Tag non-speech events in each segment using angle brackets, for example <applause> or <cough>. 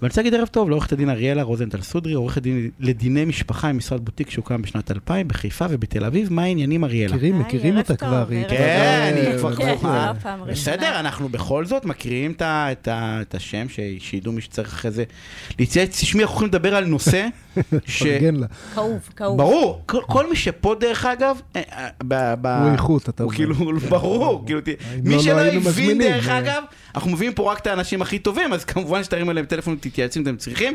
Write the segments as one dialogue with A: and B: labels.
A: ואני רוצה להגיד ערב טוב לעורכת הדין אריאלה רוזנטל סודרי, עורכת דין לדיני משפחה עם משרד בוטיק שהוקם בשנת 2000 בחיפה ובתל אביב. מה העניינים אריאלה?
B: מכירים,
C: היי,
B: מכירים
C: ערב
B: אותה
C: טוב,
B: כבר. אה,
C: ערב
B: היא
C: טוב.
A: כן, היא
B: כבר-
A: כבר
C: כן,
B: כבר-
C: זה לא פעם ראשונה.
A: בסדר, אנחנו בכל זאת מקריאים את ה- את ה- את השם, ש- שידעו מי שצריך אחרי זה להתייעץ. תשמעי, אנחנו הולכים לדבר על
B: <laughs>
A: נושא ש...
B: פרגן לה.
C: כאוב, כאוב.
A: ברור, כל- כל מי שפה דרך אגב, אה, אה, ב- ב-
B: הוא איכות, אתה
A: הוא
B: אומר.
A: כאילו, <laughs> ברור, כאילו, ת-
B: אם
A: מי
B: לא,
A: שלא
B: לא היינו
A: הבין
B: מזמינים,
A: דרך
B: אה.
A: אגב, אנחנו מביאים פה רק את האנשים הכי טובים, אז כמובן שתרים אליהם טלפון ותתייעצו אם אתם צריכים.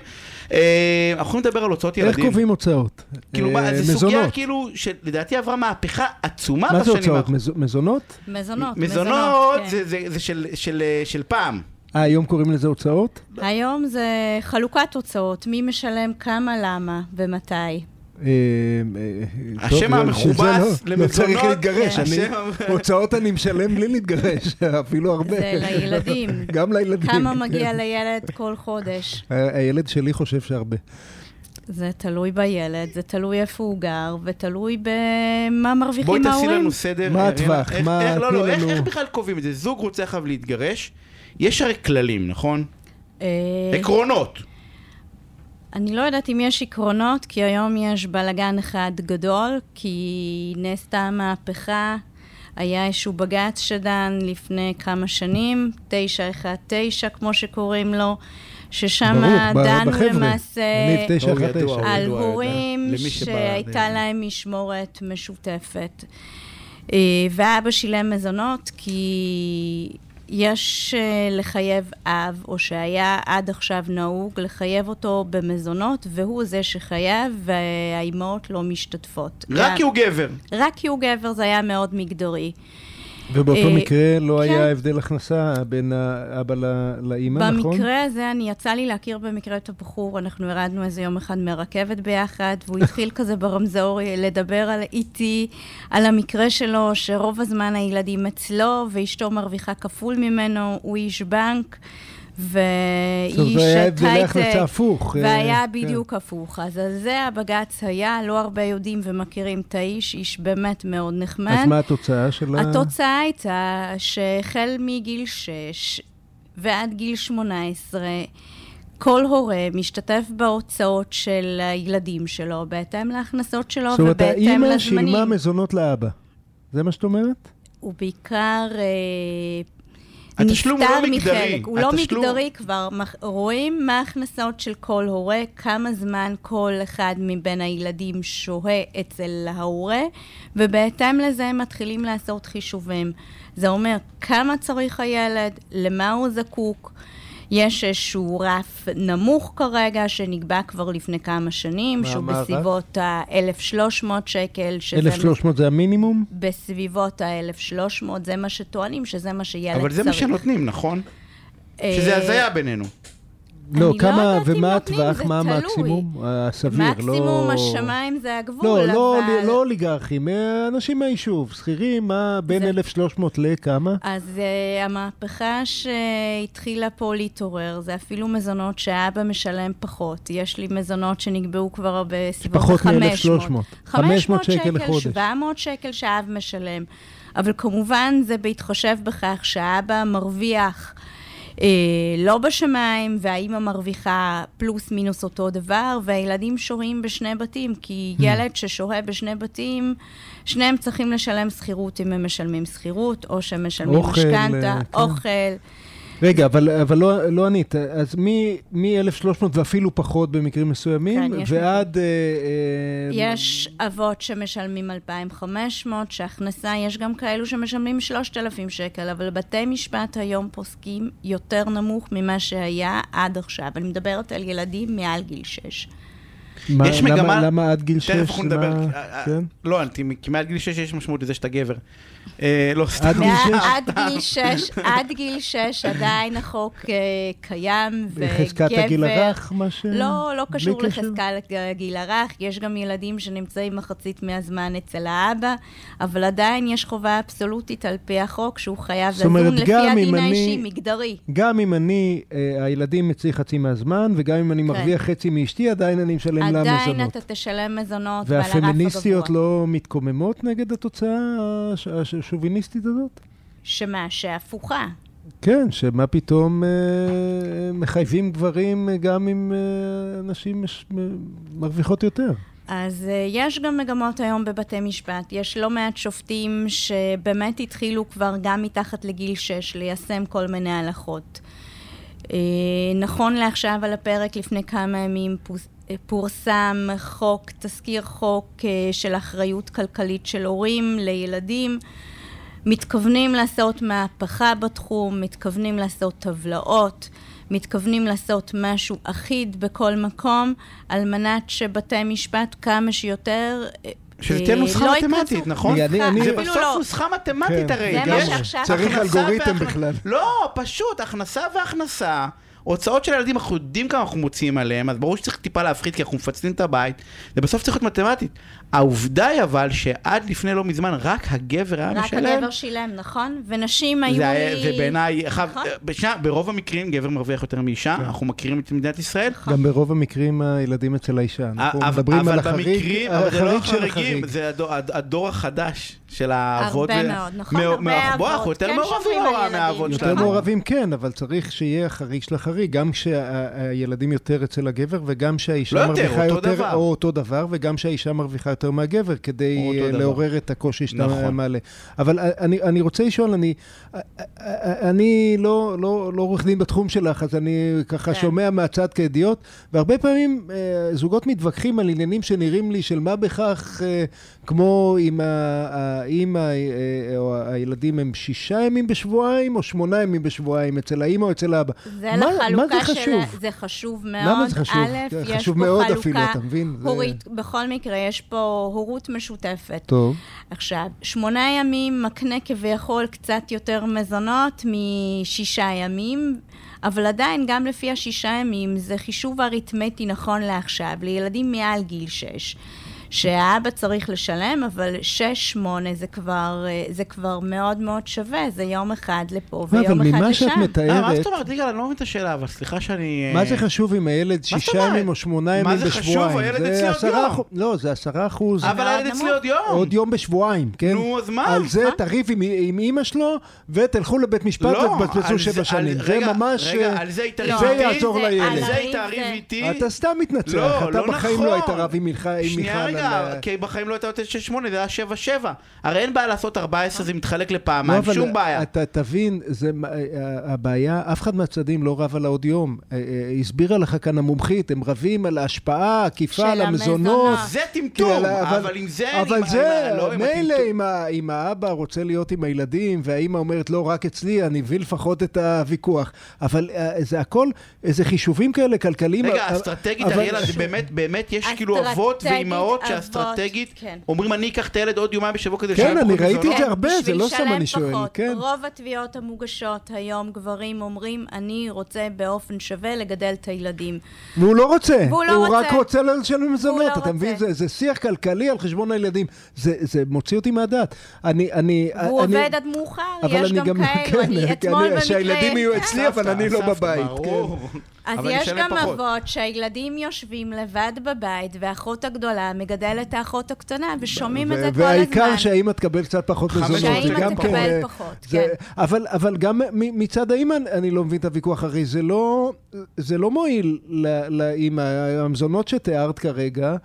A: אה, אנחנו הולכים לדבר על הוצאות
B: איך
A: ילדים.
B: קובעים הוצאות?
A: כאילו, מה,
B: אה,
A: זו סוגיה
B: מזונות.
A: כאילו, שלדעתי עברה מהפכה עצומה
B: מה זה
A: בשנים
B: הוצאות?
A: האחרונות.
B: מז- מזונות?
C: מזונות,
A: מזונות,
C: כן.
A: זה- זה זה של- של אה, של פעם.
B: אה, היום קוראים לזה הוצאות?
C: כן. היום זה חלוקת הוצאות, מי משלם כמה, למה ומתי.
B: אה, אה,
A: השם
B: טוב, לא,
A: המכובס
B: שזה לא-
A: <laughs> למזונות.
B: לא צריך להתגרש,
A: כן,
B: אני-
A: השם המ-
B: הוצאות אני משלם בלי להתגרש, <laughs> אפילו הרבה.
C: זה
A: <laughs>
C: לילדים.
B: גם לילדים.
C: כמה
B: כן.
C: מגיע לילד כל חודש.
B: ה- הילד שלי חושב שהרבה.
C: אה, זה תלוי בילד, זה תלוי איפה הוא גר, ותלוי במה
A: בואי
C: מרוויחים
A: תעשי
C: ההורים.
A: לנו סדר.
B: מה
A: אה,
B: הטווח?
A: איך-
B: מה-
A: איך- לא,
B: תני
A: לא, איך
B: לנו-
A: איך בכלל קובעים את זה? זוג רוצה עכשיו להתגרש, יש הרי כללים, נכון?
C: אה,
A: עקרונות.
C: אני לא יודעת אם יש עקרונות, כי היום יש בלגן אחד גדול, כי נעשתה מהפכה, היה איזשהו בג"ץ שדן לפני כמה שנים, 919 כמו שקוראים לו, ששם
B: ברור, ב-
C: דנו
B: בחבר'ה.
C: למעשה
B: יניב תשע,
A: לא,
B: אחת
A: ידוע,
B: תשע.
A: הוא
C: על
A: ידוע,
C: הורים
A: למי שבא,
C: שהייתה
A: זה-
C: להם משמורת משותפת. אה, ואבא שילם מזונות כי יש אה, לחייב אב, או שהיה עד עכשיו נהוג, לחייב אותו במזונות, והוא זה שחייב, והאימהות לא משתתפות. אה,
A: רק כי הוא גבר.
C: רק כי הוא גבר זה היה מאוד מגדרי.
B: ובאותו
C: אה,
B: מקרה לא
C: כן.
B: היה הבדל הכנסה בין האבא ל- לאימא, נכון?
C: במקרה הזה, אני יצא לי להכיר במקרה את הבחור, אנחנו ירדנו איזה יום אחד מהרכבת ביחד, והוא
B: <laughs>
C: התחיל כזה ברמזור לדבר על, איתי על המקרה שלו, שרוב הזמן הילדים אצלו, ואשתו מרוויחה כפול ממנו, הוא איש בנק.
B: טוב,
C: והיא
B: זה היה
C: איש
B: הבדלי החלטה
C: הייטק,
B: הפוך. אה,
C: והיה
B: כן.
C: בדיוק הפוך. אז על זה הבג"ץ היה, לא הרבה יודעים ומכירים את האיש, איש באמת מאוד נחמד.
B: אז מה התוצאה של ה...
C: התוצאה הייתה שהחל מגיל 6 ועד גיל 18, כל הורה משתתף בהוצאות של הילדים שלו, בהתאם להכנסות שלו
B: זאת אומרת,
C: ובהתאם
B: האימא
C: לזמנים.
B: שילמה מזונות לאבא. זה מה שאת אומרת?
C: הוא בעיקר אה, נפטר
A: התשלום הוא לא מגדרי.
C: מחלק. הוא לא
A: התשלום-
C: מגדרי כבר, מח- רואים מה ההכנסות של כל הורה, כמה זמן כל אחד מבין הילדים שוהה אצל ההורה, ובהתאם לזה הם מתחילים לעשות חישובים. זה אומר כמה צריך הילד, למה הוא זקוק. יש איזשהו רף נמוך כרגע, שנקבע כבר לפני כמה שנים,
B: מה-
C: שהוא
B: מה הרף?
C: בסביבות ה-1,300 שקל, שזה
B: 1,300 זה המינימום?
C: בסביבות ה-1,300, זה מה שטוענים, שזה מה שילד צריך.
A: אבל זה מה שנותנים, נכון?
C: אה,
A: שזה הזיה בינינו.
B: לא,
C: אני לא
B: כמה
C: יודעת אם
B: ומה
C: נותנים,
B: הטווח,
C: זה
B: מה
C: תלוי.
B: המקסימום? הסביר, לא...
C: מקסימום השמיים זה הגבול,
B: לא, לא,
C: אבל...
B: לא אוליגרכים, אה, אנשים מהיישוב, שכירים, מה בין
C: זה-
B: 1,300 לכמה?
C: אז uh, המהפכה שהתחילה פה להתעורר, זה אפילו מזונות שהאבא משלם פחות. יש לי מזונות שנקבעו כבר בסביבות
B: שפחות
C: ה-
B: מ-1,300. 500 שקל
C: שקל
B: לחודש.
C: 700 שקל שהאב משלם. אבל כמובן זה בהתחשב בכך שהאבא מרוויח אה, לא בשמיים, והאימא מרוויחה פלוס מינוס אותו דבר, והילדים שוהים בשני בתים, כי
B: Hmm.
C: ילד ששוהה בשני בתים, שניהם צריכים לשלם שכירות אם הם משלמים שכירות, או שהם משלמים
B: אוכל,
C: משכנתה,
B: אה, כן.
C: אוכל.
B: רגע, אבל, אבל לא, לא ענית. אז מ-1,300 ואפילו פחות במקרים מסוימים,
C: כן, יש
B: ועד... אה, אה,
C: יש אבות שמשלמים 2,500, שהכנסה, יש גם כאלו שמשלמים 3,000 שקל, אבל בתי משפט היום פוסקים יותר נמוך ממה שהיה עד עכשיו. אני מדברת על ילדים מעל גיל 6.
B: מה,
A: יש
B: למה,
A: מגמה-
B: למה עד גיל 6?
A: תכף אנחנו נדבר.
B: כן?
A: לא, אני- כי מעל גיל 6 יש משמעות לזה שאתה גבר. אה, לא, סתם.
B: גיל שש?
C: עד גיל 6, עד גיל 6 עדיין החוק אה, קיים, וגבר...
B: חזקת הגיל הרך, מה ש...
C: לא, לא
B: בלי
C: קשור
B: קשר?
C: לחזקת הגיל הרך, יש גם ילדים שנמצאים מחצית מהזמן אצל האבא, אבל עדיין יש חובה אבסולוטית על פי החוק שהוא חייב
B: זאת אומרת,
C: לזון לפי
B: גם
C: הדין
B: אם אני-
C: האישי, מגדרי.
B: גם אם אני, אה, הילדים אצלי חצי מהזמן, וגם אם אני
C: כן.
B: מרוויח חצי מאשתי, עדיין אני משלם לה מזונות.
C: עדיין אתה תשלם מזונות ועל הרף הגבוה.
B: והפמיניסטיות לא מתקוממות נגד התוצאה הש- הש- השוביניסטית הזאת?
C: שמה? שהפוכה.
B: כן, שמה פתאום אה, מחייבים גברים אה, גם אם אה, נשים מש- מ- מרוויחות יותר.
C: אז אה, יש גם מגמות היום בבתי משפט. יש לא מעט שופטים שבאמת התחילו כבר גם מתחת לגיל 6 ליישם כל מיני הלכות. אה, נכון לעכשיו על הפרק לפני כמה ימים פוס- אה, פורסם חוק, תזכיר חוק אה, של אחריות כלכלית של הורים לילדים. מתכוונים לעשות מהפכה בתחום, מתכוונים לעשות טבלאות, מתכוונים לעשות משהו אחיד בכל מקום, על מנת שבתי משפט כמה שיותר... אה,
A: שזה תהיה
C: אה,
A: נוסחה
C: לא
A: מתמטית,
C: ייכנסו-
A: נכון?
B: אני- אני- אני-
A: זה
C: אפילו
A: בסוף
C: לא.
A: נוסחה מתמטית
B: כן.
A: הרי.
C: זה מה
A: יש
C: שעכשיו-
B: צריך
A: הכנסה
B: אלגוריתם
A: והכנ-
B: בכלל.
A: לא, פשוט, הכנסה והכנסה. הוצאות של ילדים, אנחנו יודעים כמה אנחנו מוציאים עליהם, אז ברור שצריך טיפה להפחית, כי אנחנו מפצלים את הבית. זה בסוף צריך להיות מתמטית. העובדה היא אבל שעד לפני לא מזמן, רק הגבר היה
C: רק
A: משלם.
C: הגבר שילם, נכון? ונשים היו...
A: זה, היה-
C: לי-
A: זה בעיניי, אחד-
C: נכון.
A: בשני- ברוב המקרים גבר מרוויח יותר מאישה,
B: כן.
A: אנחנו מכירים את מדינת ישראל.
B: גם ברוב המקרים הילדים אצל האישה. אנחנו
A: אה, אבל-
B: מדברים
A: אבל
B: על החריג
A: במקרים, אבל זה לא
B: החריג של
A: החריגים,
B: החריג.
A: זה הדור- הד- הדור החדש של האבות.
C: הרבה
A: ו-
C: מאוד, נכון?
A: מה-
C: הרבה
A: מה- בוא, אנחנו
C: אבות,
A: יותר
C: כן
A: מעורבים
C: שומרים על
A: מההורה-
C: ילדים.
A: מהאבות
B: יותר
A: שלנו.
B: מעורבים כן, אבל צריך שיהיה החריג של החריג, גם כשהילדים יותר אצל הגבר וגם
A: לא
B: שהאישה
A: יותר,
B: מרוויחה
A: אותו
B: יותר,
A: דבר.
B: או אותו דבר, וגם שהאישה מרוויחה יותר מהגבר,
A: או
B: כדי
A: אותו
B: אה,
A: דבר.
B: לעורר את הקושי שאתה
A: נכון.
B: מעלה. אבל אה, אני, אני רוצה לשאול, אני, אה, אה, אה, אני לא, לא, לא עורך דין בתחום שלך, אז אני ככה
C: כן.
B: שומע מהצד כידיעות, והרבה פעמים אה, זוגות מתווכחים על עניינים שנראים לי של מה בכך, אה, כמו אם ה- האימא אה, או הילדים הם שישה ימים בשבועיים או שמונה ימים בשבועיים, אצל האימא או אצל האבא.
C: זה
B: מה-
C: לחלוקה
B: מה זה
C: של...
B: חשוב?
C: ה- זה חשוב מאוד.
B: למה זה חשוב?
C: א',
B: זה
C: יש
B: חשוב
C: פה
B: מאוד
C: חלוקה
B: אפילו, אתה מבין? זה-
C: הורית, בכל מקרה, יש פה הורות משותפת.
B: טוב.
C: עכשיו, שמונה ימים מקנה כביכול קצת יותר מזונות משישה ימים, אבל עדיין, גם לפי השישה ימים, זה חישוב אריתמטי נכון לעכשיו, לילדים מעל גיל שש. שהאבא צריך לשלם, אבל שש, שמונה זה כבר, אה, זה כבר מאוד מאוד שווה, זה יום אחד לפה ויום
B: אבל
C: אחד לשם.
B: ממה שאת
A: אה, מה
B: מתארת,
A: זאת אומרת, יגאל, אני לא מבין את השאלה, אבל סליחה שאני...
B: מה
A: אה,
B: זה חשוב אם הילד
A: זאת
B: שישה
A: אומרת?
B: ימים או שמונה
A: מה
B: ימים
A: זה חשוב?
B: בשבועיים?
A: הילד אצלי עוד
B: עשרה
A: יום.
B: אחוז- לא, זה עשרה אחוז.
A: אבל הילד
C: מאוד
A: אצלי
C: נמוך.
A: עוד יום.
B: עוד יום בשבועיים, כן?
A: נו, אז מה? לא,
B: על זה
C: מה?
B: תריב עם, עם אימא שלו, ותלכו לבית משפט
A: על
B: ותבזבזו
A: זה-
B: שבע שנים.
A: על-
B: זה
A: רגע,
B: ממש...
A: רגע,
B: אה,
A: על זה היא
C: לא,
A: תריב
B: זה
A: איתי?
B: יעזור לילד.
A: על זה היא
C: על
A: תריב
C: זה-
A: איתי?
B: אתה סתם מתנצח,
A: לא,
B: אתה
A: לא
B: בחיים
A: נכון.
B: לא היית רב עם מיכל. עם מיכל
A: שנייה
B: על אה,
A: רגע,
B: ה-
A: כי בחיים לא הייתה נותנת 6-8, זה היה 7-7. הרי אין בעיה לעשות 14, זה מתחלק
B: לא,
A: לפעמיים,
B: אבל
A: שום בעיה.
B: אתה תבין, זה, מה- ה- הבעיה, אף אחד מהצדדים לא רב על העוד יום. אה, אה, הסבירה לך כאן המומחית, הם רבים על ההשפעה,
C: של
B: העקיפה, על המזונות.
C: המזונות.
A: זה
B: כן,
A: טמטום, אבל עם זה...
B: אבל
A: עם-
B: זה,
A: עם- לא, עם
B: מילא
A: הטמטום.
B: אם ה- אם האבא רוצה להיות עם הילדים, והאימא אומרת, לא רק אצלי, אני אביא לפחות את הוויכוח. אבל אה, זה הכל, איזה חישובים כאלה כלכליים.
A: רגע,
B: אבל-
A: אסטרטגית,
B: אבל-
A: אריאלה, זה באמת, באמת, יש כאילו
C: אסטרטגית,
A: אבות ואימהות
C: אבות,
A: שאסטרטגית
C: כן.
A: אומרים, אני אקח את הילד עוד יומיים בשבוע כדי
B: כן,
A: לשלם
B: אני
A: פחות
B: ראיתי את
A: מזונות."
B: זה הרבה, זה
C: בשביל
B: לא סתם
C: לשלם
B: אני שואל,
C: פחות.
B: כן.
C: רוב התביעות המוגשות היום, גברים אומרים, אני רוצה באופן שווה לגדל את הילדים.
B: והוא לא רוצה.
C: והוא לא
B: הוא
C: רוצה.
B: רק רוצה לשלם מזונות,
C: לא
B: אתה
C: רוצה.
B: מבין? זה- זה שיח כלכלי על חשבון הילדים. זה- זה מוציא אותי מהדעת. אני... אני-
C: והוא
B: אני-
C: עובד עד מאוחר,
B: אבל
C: יש
B: אני
C: גם כאלו. אני
B: <laughs> כן,
C: אתמול
B: אני- שהילדים יהיו
C: במקרה...
B: אצלי, אבל אני לא
A: הסבתא,
B: בבית. כן.
A: ברור.
C: אז
A: אבל
C: יש
A: נשלם
C: גם
A: פחות.
C: אבות שהילדים יושבים לבד בבית, והאחות הגדולה מגדלת את האחות הקטנה, ושומעים את זה
B: ו-
C: כל
B: והעיקר
C: הזמן.
B: שהאימא תקבל קצת פחות
A: חמש
B: מזונות.
A: שעות
B: זה
A: שהאימא
B: גם
A: תקבל
B: אה,
C: פחות,
B: זה-
C: כן.
B: אבל, אבל גם מ- מצד האימא אני לא מבין את הוויכוח, הרי זה לא, זה לא מועיל ל- לאימא. המזונות שתיארת כרגע,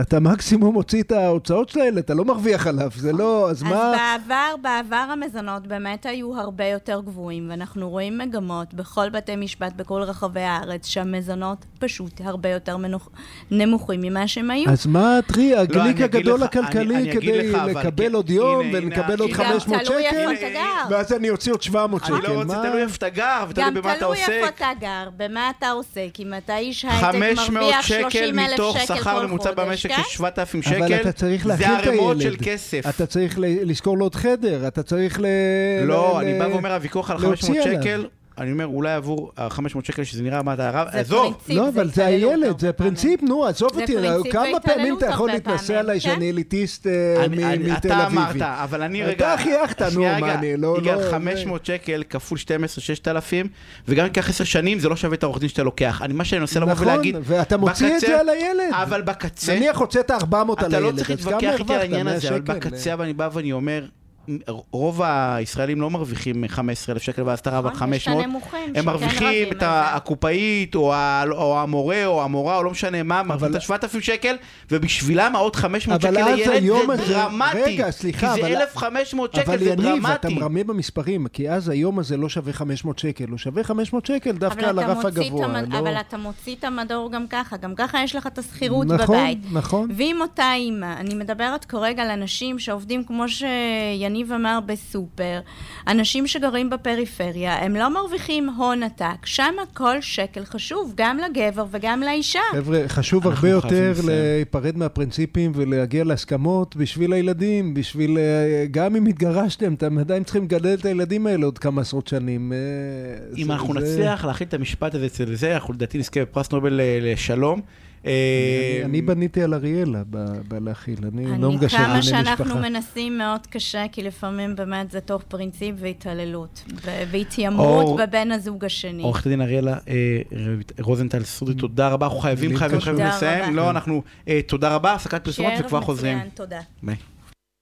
B: אתה מקסימום מוציא את ההוצאות של הילד, אתה לא מרוויח עליו, זה לא, אז
C: אז
B: מה...
C: בעבר, בעבר המזונות באמת היו הרבה יותר גבוהים, ואנחנו רואים מגמות בכל בתי משפט בכל רחבי הארץ, שהמזונות פשוט הרבה יותר מנוח... נמוכים ממה שהם היו.
B: אז מה הטרי,
A: לא, אני
B: הגליק
A: אגיד
B: הגדול
A: לך- אני-
B: הכלכלי
A: אני אגיד
B: כדי
A: לך, אבל
B: לקבל
A: כן,
B: עוד יום
A: הנה, הנה,
B: ולקבל עוד
A: הנה, הנה.
B: 500
C: גם תלוי
B: שקל,
C: איפה אתה גר.
B: ואז אני אוציא עוד 700 שקל.
A: אני לא רוצה,
B: כן, מה?
A: תלוי איפה אתה גר, ותלוי
C: גם
A: במה אתה
C: תלוי
A: עוסק.
C: איפה אתה גר, במה אתה עוסק. אם אתה איש הייטק
A: 500
C: מרוויח 30,000
A: שקל
C: שקל
A: מתוך
C: כל
A: שכר ממוצע
C: חודש,
A: במשק
C: כן?
A: של 7,000 שקל,
B: אבל אתה צריך להכין את
A: זה
B: הילד.
A: ערימות של כסף.
B: אתה צריך ל- לשכור לו עוד חדר, אתה צריך ל...
A: לא,
B: ל-
A: אני
B: ל-
A: בא ואומר, הוויכוח על
B: להוציא
A: 500
B: עליו.
A: שקל, אני אומר, אולי עבור ה-500 שקל, שזה נראה מה אתה הרב,
C: זה
A: עזוב.
C: פרינציפ,
B: לא, אבל זה
C: התעללות
B: הילד,
C: הרבה
B: זה
C: פעמים.
B: פרינציפ, נו, עזוב
C: זה
B: אותי,
C: פרינציפ
B: כמה פעמים
C: והתעללות
B: אתה יכול
C: הרבה
B: להתנשא
C: פעמים,
B: עליי
C: כן?
B: שאני אליטיסט אה,
A: אני-
B: מ-
A: אני-
B: מתל אביבי?
A: אתה אמרת, אבל אני רגע...
B: אתה חייכת, נו,
A: שנייה,
B: מה
A: רגע,
B: אני, לא...
A: יגאל,
B: לא-
A: 500 שקל כפול 12, 6,000, וגם אם ייקח 10 שנים, זה לא שווה את העורך דין שאתה לוקח. אני, מה שאני מנסה לבוא
B: נכון,
A: ולהגיד...
B: ואתה מוציא את
A: בקצה-
B: זה על הילד.
A: אבל בקצה...
B: אה, נניח הוצאת 400 על
A: אתה
B: הילד,
A: לא צריך
B: אז כמה
A: להתווכח איתי על
B: הרווחת?
A: העניין
B: 100
A: הזה, אבל
B: שקל, אה.
A: בקצה אבל אני בא ואני אומר, רוב הישראלים לא מרוויחים 15,000 שקל והסתרה, אבל
C: נכון,
A: 500.
C: יש את הנמוכים
A: הם
C: שכן
A: מרוויחים
C: רבים
A: את
C: על זה.
A: הקופאית, או ה- או המורה, או המורה, או לא משנה מה, מרוויחים את ה-7,000 שקל, ובשבילם העוד 500
B: אבל
A: שקל
B: אז
A: לילד
B: היום
A: זה
B: הזה-
A: דרמטי.
B: רגע, סליחה,
A: כי זה
B: אבל-
A: 1,500 שקל,
B: אבל
A: זה
B: יניב, אתה
A: דרמטי.
B: מרמה במספרים, כי אז היום הזה לא שווה 500 שקל, הוא שווה 500 שקל דווקא
C: אבל
B: על
C: אתה
B: הרף
C: מוציא את
B: הגבוה.
C: המד-
B: לא-
C: אבל אתה מוציא את המדור גם ככה, גם ככה יש לך את השכירות
B: נכון,
C: בבית.
B: נכון.
C: ואם אותה אימא, אני מדברת כרגע על אנשים שעובדים, כמו שיניב אמר, בסופר, אנשים שגרים בפריפריה, הם לא מרוויחים הון עתק, שם כל שקל חשוב, גם לגבר וגם לאישה.
B: חבר'ה, חשוב
A: אנחנו
B: הרבה
A: חייבים
B: יותר
A: לסיים.
B: להיפרד מהפרינציפים ולהגיע להסכמות בשביל הילדים, בשביל... אה, גם אם התגרשתם, אתם עדיין צריכים לגדל את הילדים האלה עוד כמה עשרות שנים. אה,
A: אם
B: זה-
A: אנחנו
B: זה-
A: נצליח להכין את המשפט הזה אצל זה, אנחנו לדעתי נזכה בפרס נובל אה, לשלום.
B: אני-
A: אה,
B: אני בניתי על אריאלה ב- בלהכיל, אני לא
C: אני
B: מגשר
C: כמה
B: בעיני
C: שאנחנו
B: משפחה.
C: מנסים מאוד קשה, כי לפעמים באמת זה תוך פרינציפ והתעללות, ו-
A: אור-
C: והתיימרות בבן הזוג השני.
A: עורכת הדין אריאלה אה, ר- רוזנטל סודי, תודה רבה, אנחנו חייבים,
B: לי
A: חייבים, חייבים
C: תודה
A: לסיים.
C: רבה.
A: לא, אנחנו, אה, תודה רבה, הפסקת פרסומות
C: שערב
A: וכבר חוזרים.
C: מצוין, תודה.
A: ביי.